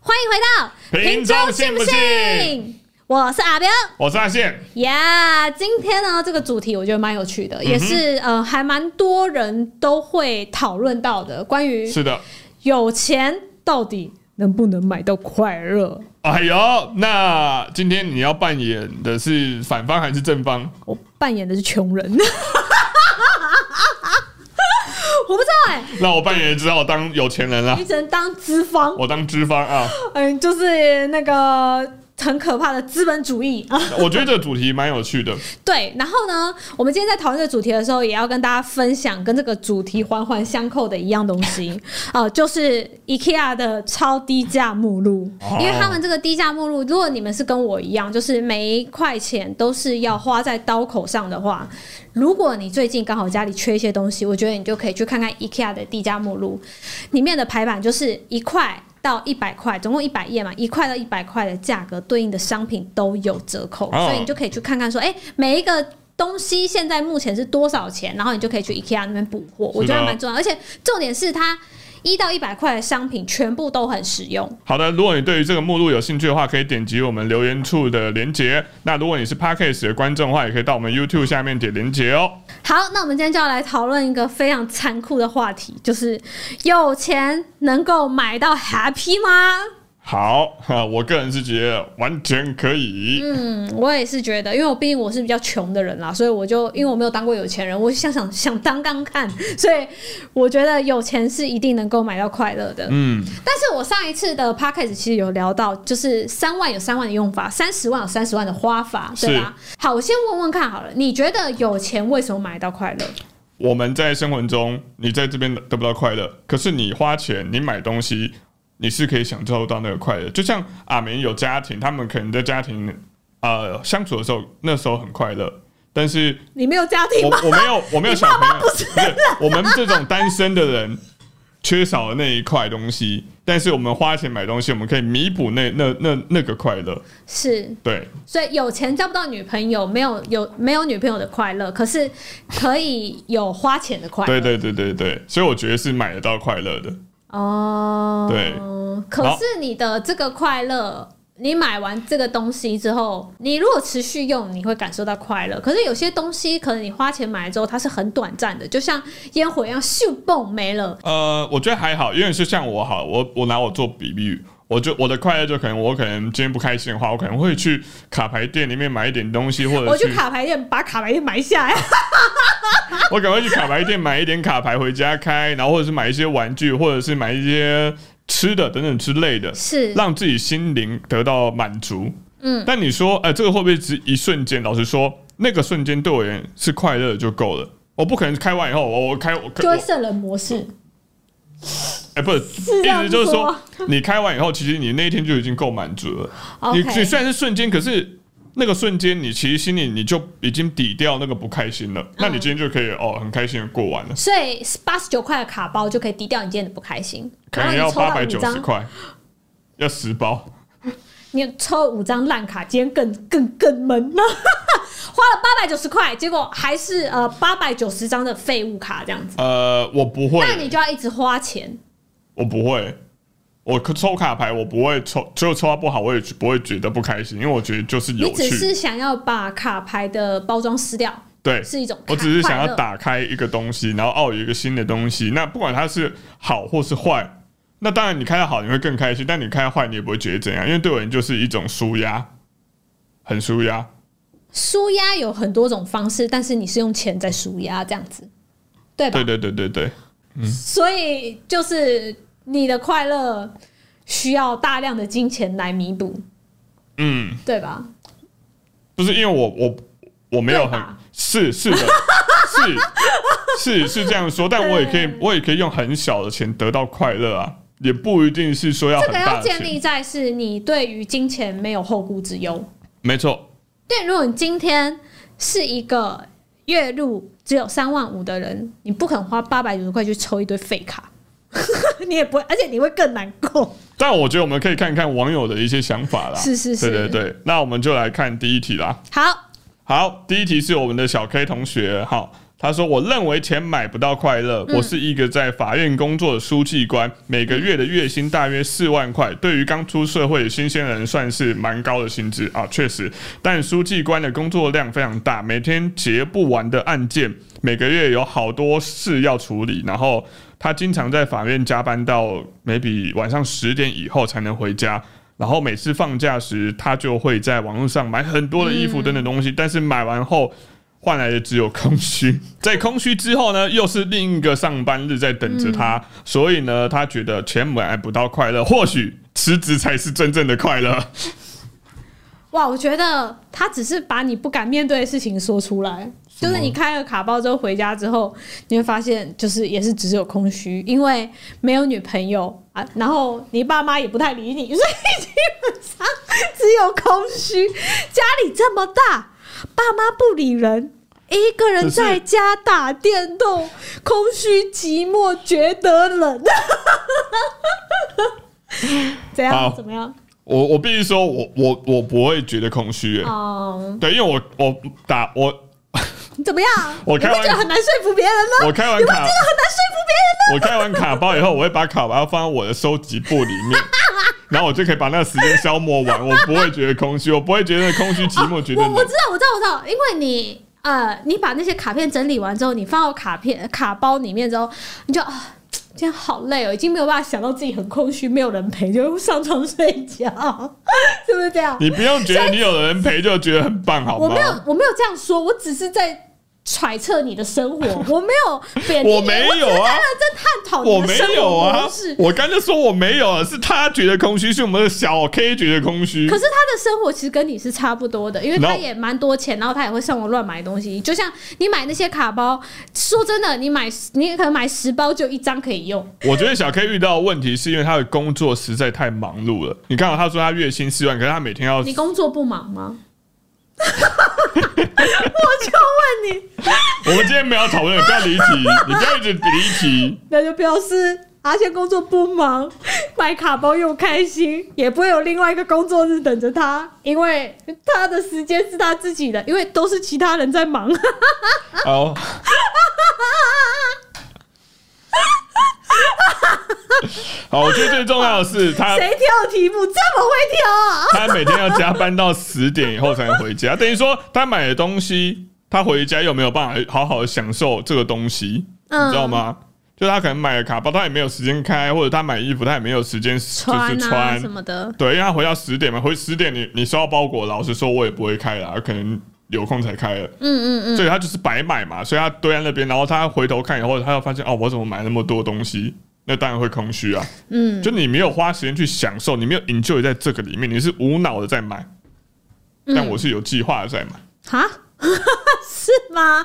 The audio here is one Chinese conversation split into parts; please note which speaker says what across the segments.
Speaker 1: 回到
Speaker 2: 瓶中信不信？
Speaker 1: 我是阿彪
Speaker 2: 我是阿宪，
Speaker 1: 呀今天呢，这个主题我觉得蛮有趣
Speaker 2: 嗯
Speaker 1: 的，也是呃，还蛮多人都会讨论到的，关于
Speaker 2: 是的，
Speaker 1: 有钱到底能不能买到快乐？
Speaker 2: 哎呦，那今天你要扮演的是反方还是正方？
Speaker 1: 我扮演的是穷人， 我不知道哎、
Speaker 2: 那我扮演只好当有钱 人啦啊
Speaker 1: 你，只能当资方，
Speaker 2: 我当资方啊。
Speaker 1: 嗯，就是那个很可怕的资本主义啊。
Speaker 2: 我觉得这个主题蛮有趣的，
Speaker 1: 对，然后呢，我们今天在讨论这个主题的时候，也要跟大家分享跟这个主题环环相扣的一样东西， 呃，就是 IKEA 的超低价目录
Speaker 2: 哦，
Speaker 1: 因为他们这个低价目录，如果你们是跟我一样，就是每一块钱都是要花在刀口上的话，如果你最近刚好家里缺一些东西，我觉得你就可以去看看 IKEA 的低价目录，里面的排版就是一块。到一百块，总共一百页嘛，一块到一百块的价格对应的商品都有折扣，
Speaker 2: 哦
Speaker 1: 所以你就可以去看看说，哎、每一个东西现在目前是多少钱，然后你就可以去 IKEA 那边补货，我觉得蛮重要。而且重点是它一到一百块的商品全部都很实用。
Speaker 2: 好的，如果你对于这个目录有兴趣的话，可以点击我们留言处的连结。那如果你是 Podcast 的观众的话，也可以到我们 YouTube 下面点连结哦。
Speaker 1: 好，那我们今天就要来讨论一个非常残酷的话题，就是有钱能够买到 happy 吗？
Speaker 2: 好，哈，我个人是觉得完全可以。
Speaker 1: 嗯，我也是觉得，因为我毕竟我是比较穷的人啦，所以我就因为我没有当过有钱人，我想想想当当看， 所以我觉得有钱是一定能够买到快乐的。
Speaker 2: 嗯，
Speaker 1: 但是我上一次的 podcast 其实有聊到，就是三万有三万的用法，三十万有三十万的花法，对吧？好，我先问问看好了，你觉得有钱为什么买到快乐？
Speaker 2: 我们在生活中，你在这边得不到快乐，可是你花钱，你买东西，你是可以享受到那个快乐。就像阿明有家庭，他们可能在家庭呃相处的时候，那时候很快乐，但是
Speaker 1: 你没有家庭
Speaker 2: 我
Speaker 1: 吗？
Speaker 2: 我没有我没有小朋友，
Speaker 1: 不 是
Speaker 2: 是我们这种单身的人缺少了那一块东西，但是我们花钱买东西，我们可以弥补那那那那个快乐。
Speaker 1: 是，
Speaker 2: 对，
Speaker 1: 所以有钱交不到女朋友，没有有没有女朋友的快乐，可是可以有花钱的快乐。
Speaker 2: 对对对对对，所以我觉得是买得到快乐的。
Speaker 1: 哦，
Speaker 2: 对。
Speaker 1: 可是你的这个快乐，你买完这个东西之后，你如果持续用，你会感受到快乐。可是有些东西，可能你花钱买了之后，它是很短暂的，就像烟火一样，咻蹦没了。
Speaker 2: 呃，我觉得还好，因为是像我好，我我拿我做比喻，我就我的快乐就可能我可能今天不开心的话，我可能会去卡牌店里面买一点东西，或
Speaker 1: 我
Speaker 2: 者
Speaker 1: 去
Speaker 2: 去
Speaker 1: 卡牌店把卡牌店买下来，
Speaker 2: 我赶快去卡牌店买一点卡牌回家开，然后或者是买一些玩具，或者是买一些吃的等等之类的，
Speaker 1: 是
Speaker 2: 让自己心灵得到满足。
Speaker 1: 嗯，
Speaker 2: 但你说，呃，这个会不会只一瞬间？老实说，那个瞬间对我而言是快乐的就够了。我不可能开完以后，我我开我
Speaker 1: 就
Speaker 2: 我
Speaker 1: 会圣人模 式。
Speaker 2: 哎、不是，
Speaker 1: 这样
Speaker 2: 意思就是说， 你开完以后，其实你那一天就已经够满足了。你你
Speaker 1: OK，
Speaker 2: 虽然是瞬间，可是那个瞬间，你其实心里你就已经抵掉那个不开心了。
Speaker 1: 嗯
Speaker 2: 那你今天就可以哦，很开心的过完了，
Speaker 1: 所以八十九块的卡包就可以抵掉你今天的不开心。
Speaker 2: 可能
Speaker 1: 然后
Speaker 2: 要
Speaker 1: 你抽到
Speaker 2: 八百
Speaker 1: 五
Speaker 2: 九十
Speaker 1: 张，
Speaker 2: 块，要十包。
Speaker 1: 你抽五张烂卡，今天更更更闷 了，花了八百九十块，结果还是呃八百九十张的废物卡这样子，
Speaker 2: 呃，我不会，
Speaker 1: 那你就要一直花钱。
Speaker 2: 我不会。我抽卡牌，我不会抽，只有抽到不好，我也不会觉得不开心，因为我觉得就是有
Speaker 1: 你只
Speaker 2: 趣。
Speaker 1: 是想要把卡牌的包装撕掉，
Speaker 2: 对，
Speaker 1: 是一种
Speaker 2: 我只是想
Speaker 1: 快
Speaker 2: 要
Speaker 1: 乐。
Speaker 2: 打开一个东西，然后哦有一个新的东西，那不管它是好或是坏，那当然你开的好你会更开心，但你开的坏你也不会觉得怎样，因为对我而言就是一种舒压，很舒压。
Speaker 1: 舒压有很多种方式，但是你是用钱在舒压这样子，对吧？
Speaker 2: 对对对对对，
Speaker 1: 所以就是你的快乐需要大量的金钱来弥补，
Speaker 2: 嗯，
Speaker 1: 对吧？
Speaker 2: 不是因为我我我没有
Speaker 1: 对
Speaker 2: 很
Speaker 1: 吧
Speaker 2: 是是的，是是是这样说，但我也可以
Speaker 1: 对
Speaker 2: 我也可以用很小的钱得到快乐啊，也不一定是说要
Speaker 1: 这
Speaker 2: 很
Speaker 1: 个
Speaker 2: 大
Speaker 1: 要
Speaker 2: 的
Speaker 1: 建
Speaker 2: 钱，
Speaker 1: 立在是你对于金钱没有后顾之忧。
Speaker 2: 没错，
Speaker 1: 对，如果你今天是一个月入只有三万五的人，你不肯花八百九十块去抽一堆废卡， 你也不会，而且你会更难过。
Speaker 2: 但我觉得我们可以看看网友的一些想法啦。
Speaker 1: 是是是
Speaker 2: 对对对。那我们就来看第一题啦。
Speaker 1: 好，
Speaker 2: 好，第一题是我们的小 K 同学，好，他说：“我认为钱买不到快乐。我是一个在法院工作的书记官，每个月的月薪大约四万块，对于刚出社会的新鲜人算是蛮高的薪资啊，确实。但书记官的工作量非常大，每天结不完的案件，每个月有好多事要处理，然后。”他经常在法院加班到 maybe 晚上十点以后才能回家，然后每次放假时，他就会在网络上买很多的衣服等等东西，但是买完后换来的只有空虚，在空虚之后呢，又是另一个上班日在等着他，所以呢，他觉得钱买不到快乐，或许辞职才是真正的快乐。
Speaker 1: 哇，我觉得他只是把你不敢面对的事情说出来，
Speaker 2: 什
Speaker 1: 就
Speaker 2: 么
Speaker 1: 是你开了卡包之后回家之后，你会发现就是也是只有空虚，因为没有女朋友啊，然后你爸妈也不太理你，所以基本上只有空虚。家里这么大，爸妈不理人。一个人在家打电动，空虚寂寞，觉得冷。 怎
Speaker 2: 好
Speaker 1: 样？怎么样？
Speaker 2: 我我必须说，我我我不会觉得空虚、欸，
Speaker 1: 哦、
Speaker 2: 对，因为我我打我
Speaker 1: 你怎么样？
Speaker 2: 我
Speaker 1: 你
Speaker 2: 开
Speaker 1: 会
Speaker 2: 玩
Speaker 1: 觉得很难说服别人吗？
Speaker 2: 我开完
Speaker 1: 很
Speaker 2: 卡。
Speaker 1: 难说服别人
Speaker 2: 我开完卡包以后，我会把卡包放在我的收集簿里面，然后我就可以把那个时间消磨完，我不会觉得空虚，我不会觉得空虚、寂寞、觉 得
Speaker 1: 我我
Speaker 2: 冷
Speaker 1: 知。道，我知道，我知道，因为你呃，你把那些卡片整理完之后，你放到卡片卡包里面之后，你就啊。今天好累哦，已经没有办法想到自己很空虚，没有人陪，就上床睡觉， 是不是这样？
Speaker 2: 你不用觉得你有人陪就觉得很棒，好
Speaker 1: 我
Speaker 2: 吗
Speaker 1: 没？有，我没有这样说，我只是在揣测你的生活，我没有贬低你，
Speaker 2: 我没
Speaker 1: 我只
Speaker 2: 有啊
Speaker 1: 是在认真探讨
Speaker 2: 我
Speaker 1: 你
Speaker 2: 没
Speaker 1: 的生
Speaker 2: 有
Speaker 1: 活
Speaker 2: 啊
Speaker 1: 模式。，
Speaker 2: 我刚才说我没有啊，是他觉得空虚，是我们的小 K 觉得空虚
Speaker 1: 可。是他的生活其实跟你是差不多的，因为
Speaker 2: 然
Speaker 1: 他
Speaker 2: 后
Speaker 1: 也蛮多钱，然后他也会上网乱买东西。就像你买那些卡包，说真的，你买你可能买十包就一张可以用，
Speaker 2: 我觉得小 K 遇到的问题是因为他的工作实在太忙碌了。你看到他说他月薪四万，可是他每天要
Speaker 1: 你工作不忙吗？我就问你，
Speaker 2: 我们今天没有讨论，不要离题，你不要一直离 题。
Speaker 1: 那就表示阿宪工作不忙，买卡包又开心，也不会有另外一个工作日等着他，因为他的时间是他自己的，因为都是其他人在忙。
Speaker 2: 好。好，我觉得最重要的是他，
Speaker 1: 谁挑题目这么会挑啊？
Speaker 2: 他每天要加班到十点以后才能回家，等于说他买的东西，他回家又没有办法好好的享受这个东西，
Speaker 1: 嗯
Speaker 2: 你知道吗？就他可能买了卡包，他也没有时间开，或者他买衣服，他也没有时间就是
Speaker 1: 啊
Speaker 2: 穿
Speaker 1: 什。么的，
Speaker 2: 对，因为他回到十点嘛，回十点你你收到包裹，老实说，我也不会开啦，可能有空才开了。
Speaker 1: 嗯嗯嗯。
Speaker 2: 所以他就是白买嘛，所以他堆在那边，然后他回头看以后，他又发现哦，我怎么买那么多东西？那当然会空虚啊。
Speaker 1: 嗯，
Speaker 2: 就你没有花时间去享受，你没有 enjoy 在这个里面，你是无脑的在买。
Speaker 1: 嗯
Speaker 2: 但我是有计划的在买，
Speaker 1: 哈， 是 吗？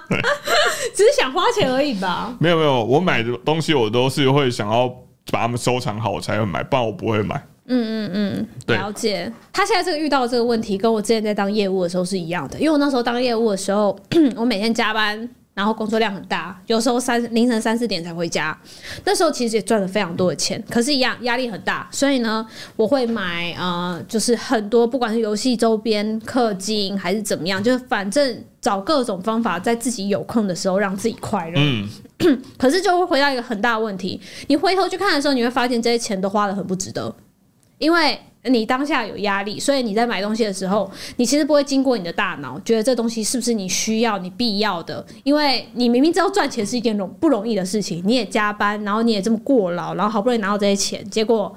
Speaker 1: 只是想花钱而已吧。
Speaker 2: 没有没有，我买的东西我都是会想要把它们收藏好，我才会买，不然我不会买。
Speaker 1: 嗯嗯嗯，
Speaker 2: 对
Speaker 1: 了解。他现在这个遇到这个问题，跟我之前在当业务的时候是一样的。因为我那时候当业务的时候， 我每天加班，然后工作量很大，有时候三凌晨三四点才回家。那时候其实也赚了非常多的钱，可是，一样压力很大。所以呢，我会买呃，就是很多不管是游戏周边、氪金还是怎么样，就是反正找各种方法，在自己有空的时候让自己快乐。
Speaker 2: 嗯，
Speaker 1: 可是就会回到一个很大的问题，你回头去看的时候，你会发现这些钱都花的很不值得，因为你当下有压力，所以你在买东西的时候，你其实不会经过你的大脑，觉得这东西是不是你需要、你必要的，因为你明明知道赚钱是一件容不容易的事情，你也加班，然后你也这么过劳，然后好不容易拿到这些钱，结果。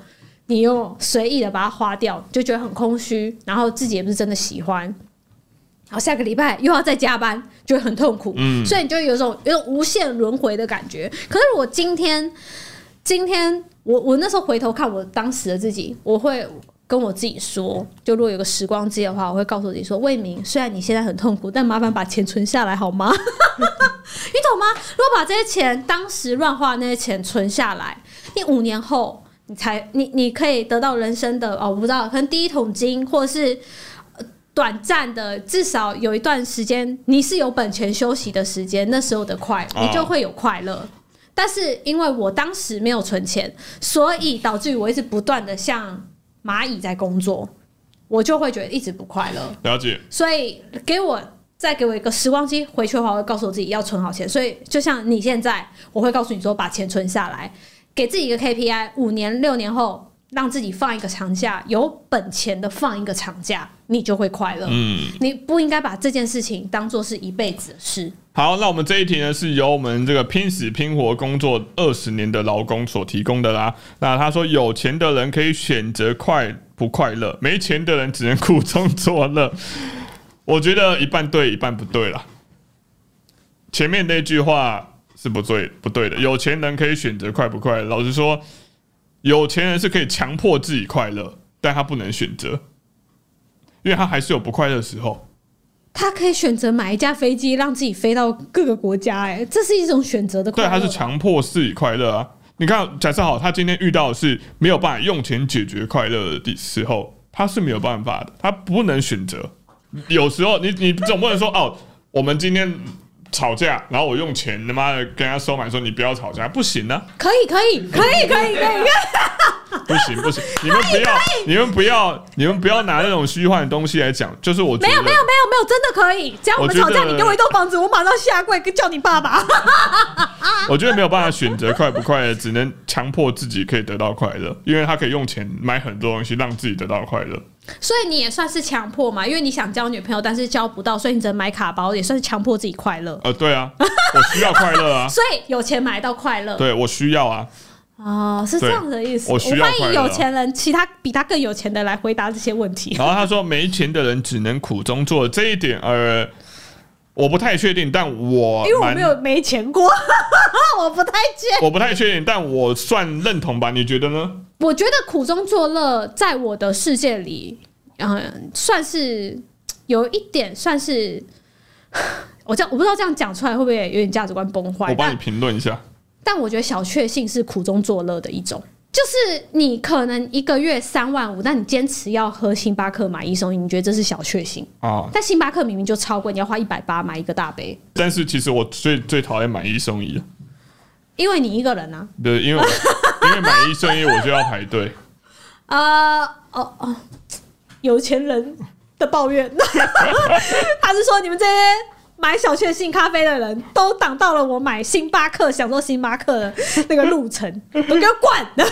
Speaker 1: 你又随意的把它花掉，就觉得很空虚，然后自己也不是真的喜欢，然后下个礼拜又要再加班，就会很痛苦。
Speaker 2: 嗯
Speaker 1: 所以你就会有一种有一种无限轮回的感觉。可是我今天，今天我我那时候回头看我当时的自己，我会跟我自己说，就如果有个时光机的话，我会告诉自己说，魏明，虽然你现在很痛苦，但麻烦把钱存下来好吗？你懂吗？如果把这些钱当时乱花的那些钱存下来，你五年后你才你你可以得到人生的哦，我不知道，可能第一桶金，或者是呃短暂的，至少有一段时间你是有本钱休息的时间，那时候的快，
Speaker 2: 哦
Speaker 1: 你就会有快乐。但是因为我当时没有存钱，所以导致于我一直不断的像蚂蚁在工作，我就会觉得一直不快乐。
Speaker 2: 了解。
Speaker 1: 所以给我再给我一个时光机回去的话，我会告诉我自己要存好钱。所以就像你现在，我会告诉你说把钱存下来，给自己一个 KPI，五年六年后让自己放一个长假，有本钱的放一个长假，你就会快乐。
Speaker 2: 嗯，
Speaker 1: 你不应该把这件事情当做是一辈子的事。
Speaker 2: 好，那我们这一题呢，是由我们这个拼死拼活工作二十年的劳工所提供的啦。那他说，有钱的人可以选择快不快乐，没钱的人只能苦中作乐。我觉得一半对，一半不对啦。前面那句话是不对不对的，有钱人可以选择快不快乐。老实说，有钱人是可以强迫自己快乐，但他不能选择，因为他还是有不快乐的时候。
Speaker 1: 他可以选择买一架飞机，让自己飞到各个国家、哎，这是一种选择的快
Speaker 2: 对，
Speaker 1: 乐。
Speaker 2: 他是强迫自己快乐啊。你看，假设好，他今天遇到的是没有办法用钱解决快乐的时候，他是没有办法的，他不能选择。有时候你你总不能说哦，我们今天吵架，然后我用钱他妈的跟他收买说你不要吵架，不行啊，
Speaker 1: 可以，可以，可以，可以，可以。
Speaker 2: 不行 不行，你们不要你们不要你们不要拿那种虚幻的东西来讲，就是我觉
Speaker 1: 没有
Speaker 2: 得
Speaker 1: 没有没有没有，真的可以。只要我们
Speaker 2: 我觉
Speaker 1: 吵
Speaker 2: 得
Speaker 1: 架，你给我一栋房子，我马上下跪跟叫你爸爸。
Speaker 2: 我觉得没有办法选择快不快乐，只能强迫自己可以得到快乐，因为他可以用钱买很多东西让自己得到快乐。
Speaker 1: 所以你也算是强迫嘛，因为你想交女朋友，但是交不到，所以你只能买卡包，也算是强迫自己快乐。
Speaker 2: 呃，对啊，我需要快乐啊，
Speaker 1: 所以有钱买到快乐
Speaker 2: 对我需要啊，
Speaker 1: 哦，是这样的意思。
Speaker 2: 对我需要
Speaker 1: 欢
Speaker 2: 快
Speaker 1: 迎
Speaker 2: 乐啊
Speaker 1: 有钱人，其他比他更有钱的来回答这些问题。
Speaker 2: 然后他说，没钱的人只能苦中作乐，这一点呃，我不太确定，但我
Speaker 1: 因为我
Speaker 2: 蛮
Speaker 1: 没有没钱过， 我不太确。
Speaker 2: 我不太确定，但我算认同吧？你觉得呢？
Speaker 1: 我觉得苦中作乐，在我的世界里，嗯、算是有一点算是。 我这样我不知道这样讲出来会不会有点价值观崩坏
Speaker 2: 我，帮
Speaker 1: 但
Speaker 2: 你评论一下。
Speaker 1: 但我觉得小确幸是苦中作乐的一种，就是你可能一个月三万五，但你坚持要喝星巴克买一送一，你觉得这是小确幸？
Speaker 2: 啊！
Speaker 1: 但星巴克明明就超贵，你要花一百八买一个大杯，
Speaker 2: 但是其实我最最讨厌买一送一了，
Speaker 1: 因为你一个人啊。
Speaker 2: 对，因为我 因为买一送一我就要排队，
Speaker 1: 呃，哦哦，有钱人的抱怨， 他是说你们这些买小确幸咖啡的人都挡到了我买星巴克享受星巴克的那个路程，都给我滚！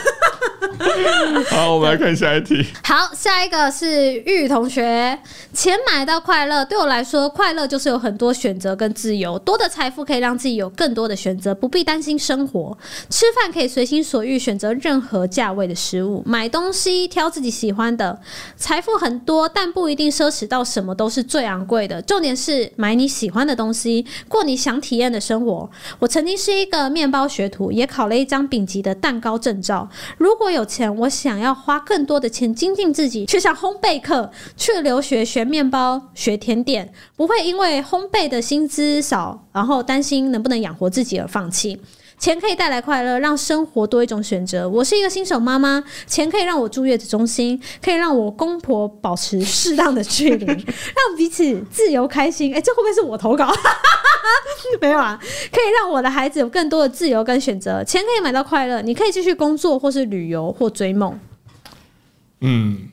Speaker 2: 好，我们来看下一题。
Speaker 1: 好，下一个是玉同学，钱买到快乐，对我来说，快乐就是有很多选择跟自由，多的财富可以让自己有更多的选择，不必担心生活，吃饭可以随心所欲选择任何价位的食物，买东西挑自己喜欢的，财富很多，但不一定奢侈到什么都是最昂贵的，重点是买你喜欢的东西，过你想体验的生活。我曾经是一个面包学徒，也考了一张丙级的蛋糕证照，如果有钱，我想要花更多的钱精进自己，去上烘焙课，去留学学面包、学甜点，不会因为烘焙的薪资少，然后担心能不能养活自己而放弃。钱可以带来快乐，让生活多一种选择。我是一个新手妈妈，钱可以让我住月子中心，可以让我公婆保持适当的距离， 让彼此自由开心。哎、这会不会是我投稿？ 没有啊，可以让我的孩子有更多的自由跟选择。钱可以买到快乐，你可以继续工作，或是旅游，或追梦。
Speaker 2: 嗯，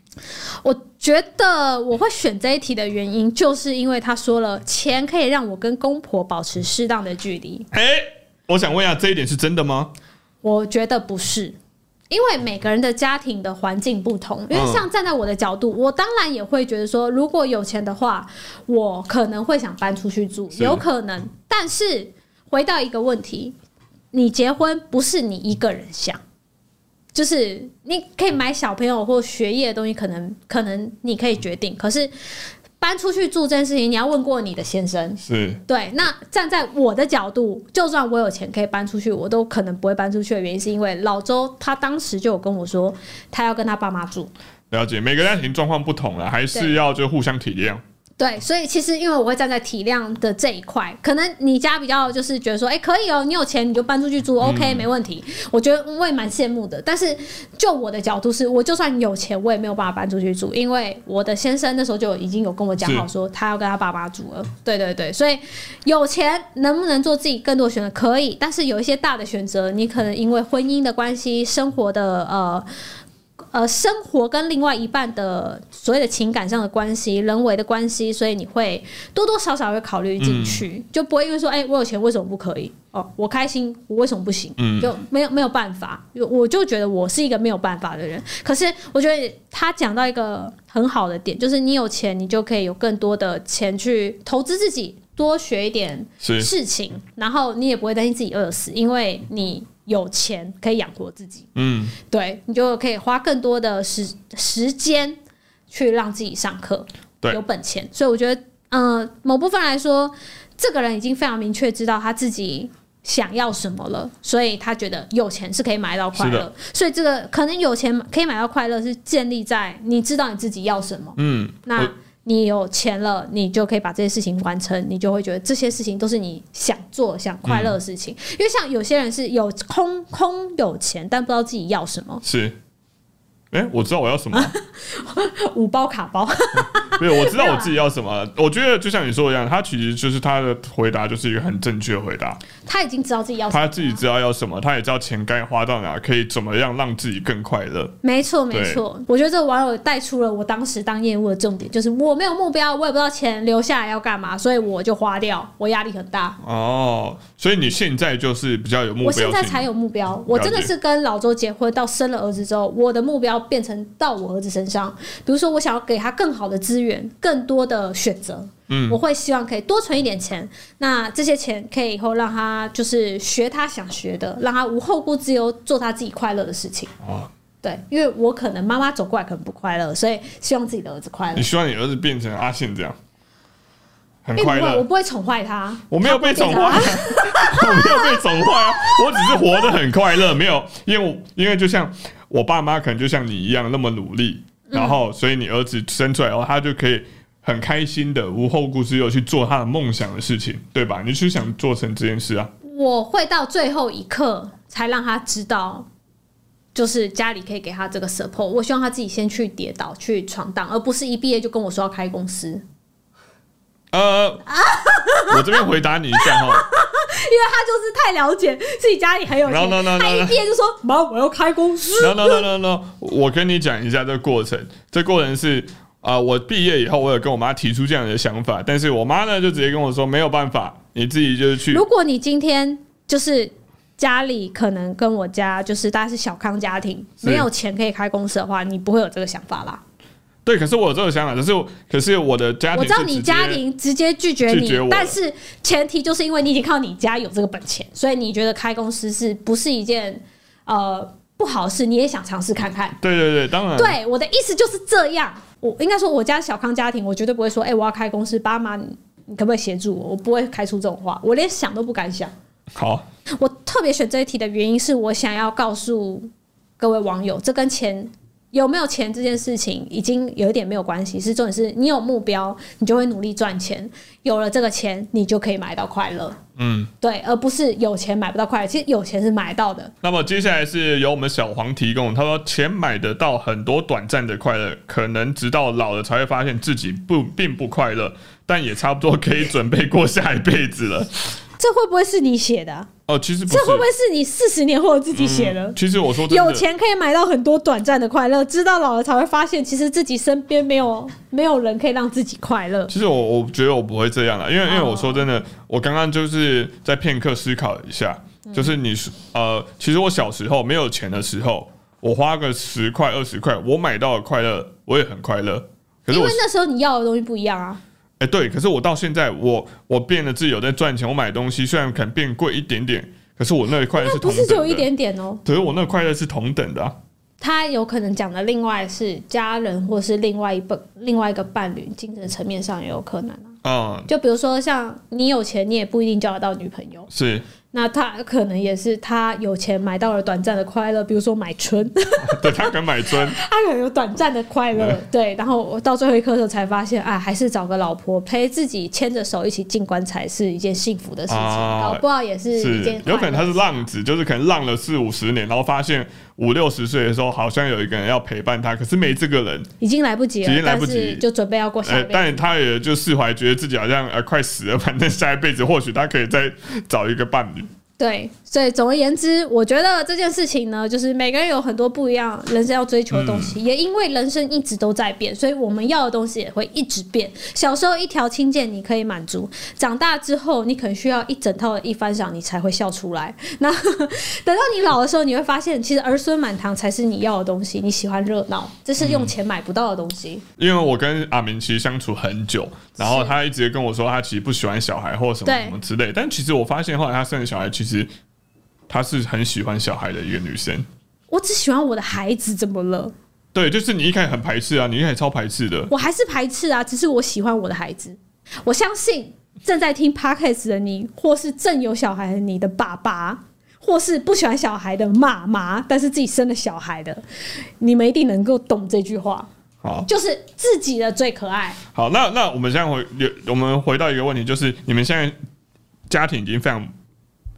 Speaker 1: 我觉得我会选这一题的原因，就是因为他说了，钱可以让我跟公婆保持适当的距离。
Speaker 2: 哎、我想问一下，这一点是真的吗？
Speaker 1: 我觉得不是。因为每个人的家庭的环境不同，因为
Speaker 2: 嗯
Speaker 1: 像站在我的角度，我当然也会觉得说，如果有钱的话，我可能会想搬出去住，
Speaker 2: 是
Speaker 1: 有可能。但是回到一个问题，你结婚不是你一个人想，就是你可以买小朋友或学业的东西，可能可能你可以决定，可是搬出去住这件事情，你要问过你的先生，
Speaker 2: 是
Speaker 1: 对，那站在我的角度，就算我有钱可以搬出去，我都可能不会搬出去的原因，是因为老周他当时就有跟我说，他要跟他爸妈住。
Speaker 2: 了解，每个家庭状况不同啦，还是
Speaker 1: 对
Speaker 2: 要就互相体谅。
Speaker 1: 对，所以其实因为我会站在体谅的这一块，可能你家比较就是觉得说，哎、可以哦，你有钱你就搬出去住，OK，、没问题。我觉得我也蛮羡慕的，但是就我的角度是，我就算有钱，我也没有办法搬出去住，因为我的先生那时候就已经有跟我讲好
Speaker 2: 是
Speaker 1: 说，他要跟他爸妈住了。对对对，所以有钱能不能做自己更多的选择可以，但是有一些大的选择，你可能因为婚姻的关系、生活的呃呃生活跟另外一半的所谓的情感上的关系、人为的关系，所以你会多多少少会考虑进去，就不会因为说，哎、我有钱为什么不可以？哦，我开心，我为什么不行？
Speaker 2: 嗯
Speaker 1: 就没有没有办法，就我就觉得我是一个没有办法的人。可是我觉得他讲到一个很好的点，就是你有钱，你就可以有更多的钱去投资自己，多学一点
Speaker 2: 是
Speaker 1: 事情，然后你也不会担心自己饿死，因为你有钱可以养活自己。
Speaker 2: 嗯，
Speaker 1: 对你就可以花更多的时时间去让自己上课，
Speaker 2: 对
Speaker 1: 有本钱。所以我觉得，嗯，某部分来说，这个人已经非常明确知道他自己想要什么了，所以他觉得有钱是可以买到快
Speaker 2: 是
Speaker 1: 乐。所以这个可能有钱可以买到快乐，是建立在你知道你自己要什么。
Speaker 2: 嗯，
Speaker 1: 那
Speaker 2: 我
Speaker 1: 你有钱了，你就可以把这些事情完成，你就会觉得这些事情都是你想做、想快乐的事情。
Speaker 2: 嗯
Speaker 1: 因为像有些人是有空空有钱，但不知道自己要什么，
Speaker 2: 是，哎、我知道我 要什么，
Speaker 1: 五包卡 包，
Speaker 2: 没有，我知道我自己要什么。我觉得就像你说的一样，他其实就是他的回答就是一个很正确的回答，
Speaker 1: 他已经知道自己要什么
Speaker 2: 他
Speaker 1: 了。
Speaker 2: 自己知道要什么，他也知道钱该花到哪，可以怎么样让自己更快乐。
Speaker 1: 没错，
Speaker 2: 对
Speaker 1: 没错。我觉得这个网友带出了我当时当业务的重点，就是我没有目标，我也不知道钱留下来要干嘛，所以我就花掉，我压力很大。
Speaker 2: 哦，所以你现在就是比较有目
Speaker 1: 我
Speaker 2: 标性，
Speaker 1: 现在才有目标，我真的是跟老周结婚到生了儿子之后，我的目标变成到我儿子身上。比如说，我想要给他更好的资源，更多的选择，
Speaker 2: 嗯
Speaker 1: 我会希望可以多存一点钱。那这些钱可以以后让他就是学他想学的，让他无后顾之忧，做他自己快乐的事情。
Speaker 2: 哦，
Speaker 1: 对，因为我可能妈妈走过来可能不快乐，所以希望自己的儿子快乐
Speaker 2: 你。希望你儿子变成阿信这样，很
Speaker 1: 并不
Speaker 2: 快
Speaker 1: 会，我
Speaker 2: 乐。
Speaker 1: 不会宠坏他。
Speaker 2: 我没有被宠坏，
Speaker 1: 他不会这样
Speaker 2: 我没有被宠坏啊，我只是活得很快乐，没有，因为我因为就像我爸妈可能就像你一样那么努力，然后所以你儿子生出来后，他就可以很开心的无后顾之忧去做他的梦想的事情，对吧？你是想做成这件事啊？
Speaker 1: 我会到最后一刻才让他知道，就是家里可以给他这个 support。我希望他自己先去跌倒、去闯荡，而不是一毕业就跟我说要开公 司，因为
Speaker 2: 呃，我这边回答你一下哈，
Speaker 1: 他就是太了解自己家里很有钱
Speaker 2: No, no, no, no,
Speaker 1: 他一毕业就说妈，我要开公司。
Speaker 2: no no no no no，我跟你讲一下这个过程。这过程是啊、我毕业以后，我有跟我妈提出这样的想法，但是我妈呢就直接跟我说，没有办法，你自己就是去
Speaker 1: 如。果你今天就是家里可能跟我家就是大家是小康家庭，
Speaker 2: 是
Speaker 1: 没有钱可以开公司的话，你不会有这个想法啦。
Speaker 2: 对，可是我有这个想法，可是我可是我的家庭，
Speaker 1: 我知道你家，庭直接拒绝
Speaker 2: 拒
Speaker 1: 你
Speaker 2: 绝我，
Speaker 1: 但是前提就是因为你已经靠你家有这个本钱，所以你觉得开公司是不是一件呃不好事？你也想尝试看看。
Speaker 2: 对对对，当然，
Speaker 1: 对，我的意思就是这样。我应该说，我家小康家庭，我绝对不会说，哎、我要开公司，爸妈，你你可不可以协助我？我不会开出这种话，我连想都不敢想。
Speaker 2: 好，
Speaker 1: 我特别选这一题的原因是我想要告诉各位网友，这跟钱有没有钱这件事情已经有一点没有关系，是重点是你有目标，你就会努力赚钱，有了这个钱，你就可以买到快乐，
Speaker 2: 嗯，
Speaker 1: 对，而不是有钱买不到快乐。其实有钱是买到的，
Speaker 2: 那么接下来是由我们小黄提供，他说钱买得到很多短暂的快乐，可能直到老了才会发现自己不并不快乐，但也差不多可以准备过下一辈子了。
Speaker 1: 这会不会是你写的啊、
Speaker 2: 哦，其实不
Speaker 1: 这
Speaker 2: 是，
Speaker 1: 会不会是你四十年后自己写的？
Speaker 2: 其实我说嗯真的
Speaker 1: 有钱可以买到很多短暂的快乐，知道老了才会发现，其实自己身边没有没有人可以让自己快乐。
Speaker 2: 其实我我觉得我不会这样啦，因为因为
Speaker 1: 哦
Speaker 2: 我说真的，我刚刚就是在片刻思考一下，
Speaker 1: 嗯
Speaker 2: 就是你是呃，其实我小时候没有钱的时候，我花个十块二十块，我买到了快乐，我也很快乐。可是
Speaker 1: 因
Speaker 2: 我
Speaker 1: 为那时候你要的东西不一样啊，
Speaker 2: 哎、对，可是我到现在，我我变得自己有在赚钱，我买东西虽然可能变贵一点点，可是我那个快
Speaker 1: 哦
Speaker 2: 乐
Speaker 1: 那
Speaker 2: 是
Speaker 1: 不
Speaker 2: 同
Speaker 1: 是
Speaker 2: 等
Speaker 1: 只有一
Speaker 2: 的。
Speaker 1: 点点哦、
Speaker 2: 可是我那个快乐是同等的、啊，
Speaker 1: 他有可能讲的另外是家人，或是另外一半、另外一个伴侣，精神层面上也有可能啊。
Speaker 2: 嗯，
Speaker 1: 就比如说，像你有钱，你也不一定交得到女朋友。
Speaker 2: 是
Speaker 1: 那他可能也是他有钱买到了短暂的快乐，比如说买春，
Speaker 2: 对他敢买砖，
Speaker 1: 他可能有短暂的快
Speaker 2: 嗯
Speaker 1: 乐，对。然后我到最后一刻的时候才发现，啊，还是找个老婆陪自己牵着手一起进棺材是一件幸福的事情，
Speaker 2: 啊
Speaker 1: 搞不好也是一件
Speaker 2: 是有可
Speaker 1: 快
Speaker 2: 能他
Speaker 1: 乐啊
Speaker 2: 是浪子，就是可能浪了四五十年，然后发现五六十岁的时候，好像有一个人要陪伴他，可是没这个人，
Speaker 1: 已经来不及了，
Speaker 2: 已经来不及
Speaker 1: 但是就准备要过嗯下
Speaker 2: 呃
Speaker 1: 一，辈子。
Speaker 2: 但他也就释怀，觉得自己好像呃快死了，反正下一辈子或许他可以再找一个伴侣。
Speaker 1: 对，所以总而言之，我觉得这件事情呢，就是每个人有很多不一样人生要追求的东西，也因为人生一直都在变，所以我们要的东西也会一直变。小时候一条青剑你可以满足，长大之后你可能需要一整套的一番赏你才会笑出来。那等到你老的时候，你会发现其实儿孙满堂才是你要的东西，你喜欢热闹，这是用钱买不到的东西。
Speaker 2: 因为我跟阿明其实相处很久，然后他一直跟我说他其实不喜欢小孩或什么
Speaker 1: 对
Speaker 2: 什么之类，但其实我发现后来他生了小孩，其实她是很喜欢小孩的一个女生。
Speaker 1: 我只喜欢我的孩子，怎么了？
Speaker 2: 对，就是你一开始很排斥啊，你一开始超排斥的，
Speaker 1: 我还是排斥啊，只是我喜欢我的孩子。我相信正在听 podcast 的你，或是正有小孩的你的爸爸，或是不喜欢小孩的妈妈，但是自己生了小孩的，你们一定能够懂这句话，
Speaker 2: 好。
Speaker 1: 就是自己的最可爱。
Speaker 2: 好，那那我们现在回，有我们回到一个问题，就是你们现在家庭已经非常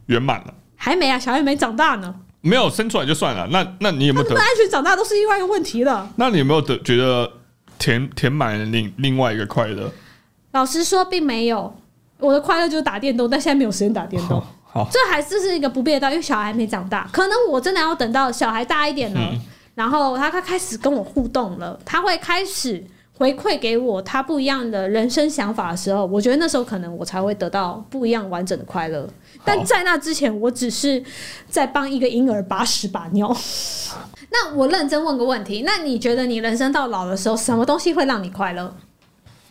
Speaker 2: 圆满了，
Speaker 1: 还没啊，小孩没长大呢，
Speaker 2: 没有生出来就算了。那那你有没
Speaker 1: 他们
Speaker 2: 有
Speaker 1: 不
Speaker 2: 得？
Speaker 1: 安全长大都是另外一个问题了。
Speaker 2: 那你有没有得觉得填填满了另另外一个快乐？
Speaker 1: 老实说，并没有。我的快乐就是打电动，但现在没有时间打电动。
Speaker 2: 好，好，
Speaker 1: 这还是是一个不变的道理，因为小孩还没长大，可能我真的要等到小孩大一点了，然后他他开始跟我互动了，他会开始回馈给我他不一样的人生想法的时候，我觉得那时候可能我才会得到不一样完整的快乐。但在那之前，我只是在帮一个婴儿把屎把尿。那我认真问个问题，那你觉得你人生到老的时候，什么东西会让你快乐？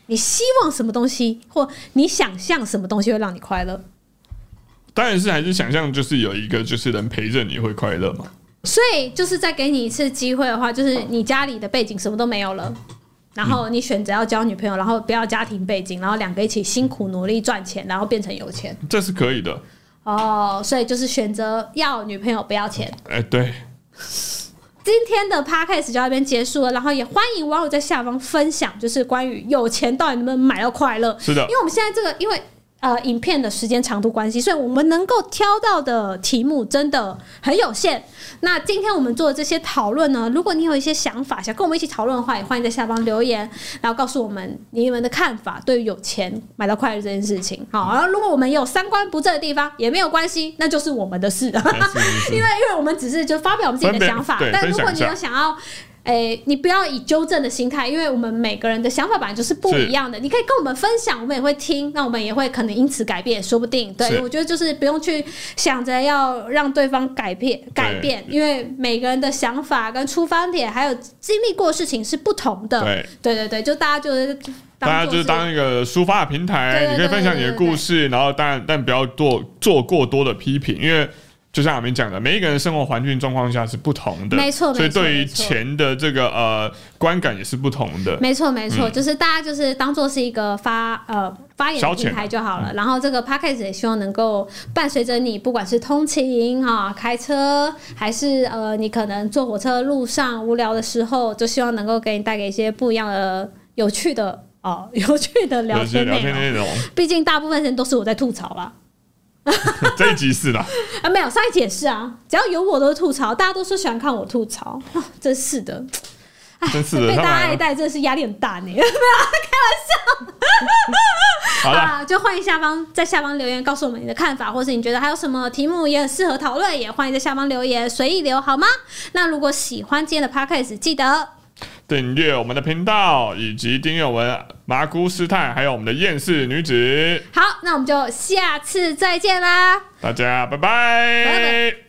Speaker 1: 你希望什么东西，或你想象什么东西会让你快乐？
Speaker 2: 当然是还是想象就是有一个就是能陪着你会快乐嘛。
Speaker 1: 所以就是再给你一次机会的话，就是你家里的背景什么都没有了，然后你选择要交女朋友，然后不要家庭背景，然后两个一起辛苦努力赚钱，然后变成有钱。
Speaker 2: 这是可以的。
Speaker 1: 哦，所以就是选择要女朋友不要钱。
Speaker 2: 哎、对，
Speaker 1: 今天的 podcast 就到这边结束了，然后也欢迎网友在下方分享，就是关于有钱到底能不能买到快乐，
Speaker 2: 是的
Speaker 1: 因，为我们现在这个，因为呃，影片的时间长度关系，所以我们能够挑到的题目真的很有限。那今天我们做的这些讨论呢，如果你有一些想法想跟我们一起讨论的话，也欢迎在下方留言，然后告诉我们你们的看法，对于有钱买到快乐这件事情。好，然后如果我们有三观不正的地方也没有关系，那就是我们的事。
Speaker 2: 哎是是是
Speaker 1: 因为因为我们只是就发表我们自己的想法
Speaker 2: 分别，对
Speaker 1: 但如果
Speaker 2: 分
Speaker 1: 你
Speaker 2: 享
Speaker 1: 有
Speaker 2: 一
Speaker 1: 想要。诶、你不要以纠正的心态，因为我们每个人的想法本来就是不一样的。你可以跟我们分享，我们也会听，那我们也会可能因此改变，说不定。对
Speaker 2: 是
Speaker 1: 我觉得就是不用去想着要让对方改变改变，因为每个人的想法跟出发点还有经历过的事情是不同的。
Speaker 2: 对。
Speaker 1: 对对对，就大家就是
Speaker 2: 大家
Speaker 1: 作
Speaker 2: 就是当一个抒发的平台，
Speaker 1: 对对
Speaker 2: 你可以分享你的故事，然后当然但不要做做过多的批评，因为就像我们讲的，每一个人生活环境状况下是不同的，
Speaker 1: 没错
Speaker 2: 所以
Speaker 1: 没错
Speaker 2: 对于
Speaker 1: 没错
Speaker 2: 钱的这个呃观感也是不同的。嗯
Speaker 1: 没错，没错，就是大家就是当做是一个发呃发言的
Speaker 2: 消遣嗯
Speaker 1: 平台就好了。然后这个 podcast 也希望能够伴随着你，不管是通勤哈、开车，还是呃你可能坐火车的路上无聊的时候，就希望能够给你带给一些不一样的、有趣的哦、 有趣的聊
Speaker 2: 有
Speaker 1: 天
Speaker 2: 些聊
Speaker 1: 内
Speaker 2: 天
Speaker 1: 容。
Speaker 2: 内容，
Speaker 1: 毕竟大部分人都是我在吐槽啦，
Speaker 2: 这一集 是的，
Speaker 1: 啊，没有上一集也是啊，只要有我都是吐槽，大家都说喜欢看我吐槽， 啊真是的，
Speaker 2: 真是的，
Speaker 1: 被
Speaker 2: 他
Speaker 1: 大家爱
Speaker 2: 们
Speaker 1: 戴真的是压力很大呢。
Speaker 2: 好了，
Speaker 1: 啊，就欢迎下方在下方留言告诉我们你的看法，或是你觉得还有什么题目也很适合讨论，也欢迎在下方留言随意留好吗？那如果喜欢今天的 podcast，记得
Speaker 2: 订阅我们的频道，以及订阅我们麻姑师太，还有我们的厌世女子，
Speaker 1: 好，那我们就下次再见啦。
Speaker 2: 大家拜拜
Speaker 1: 拜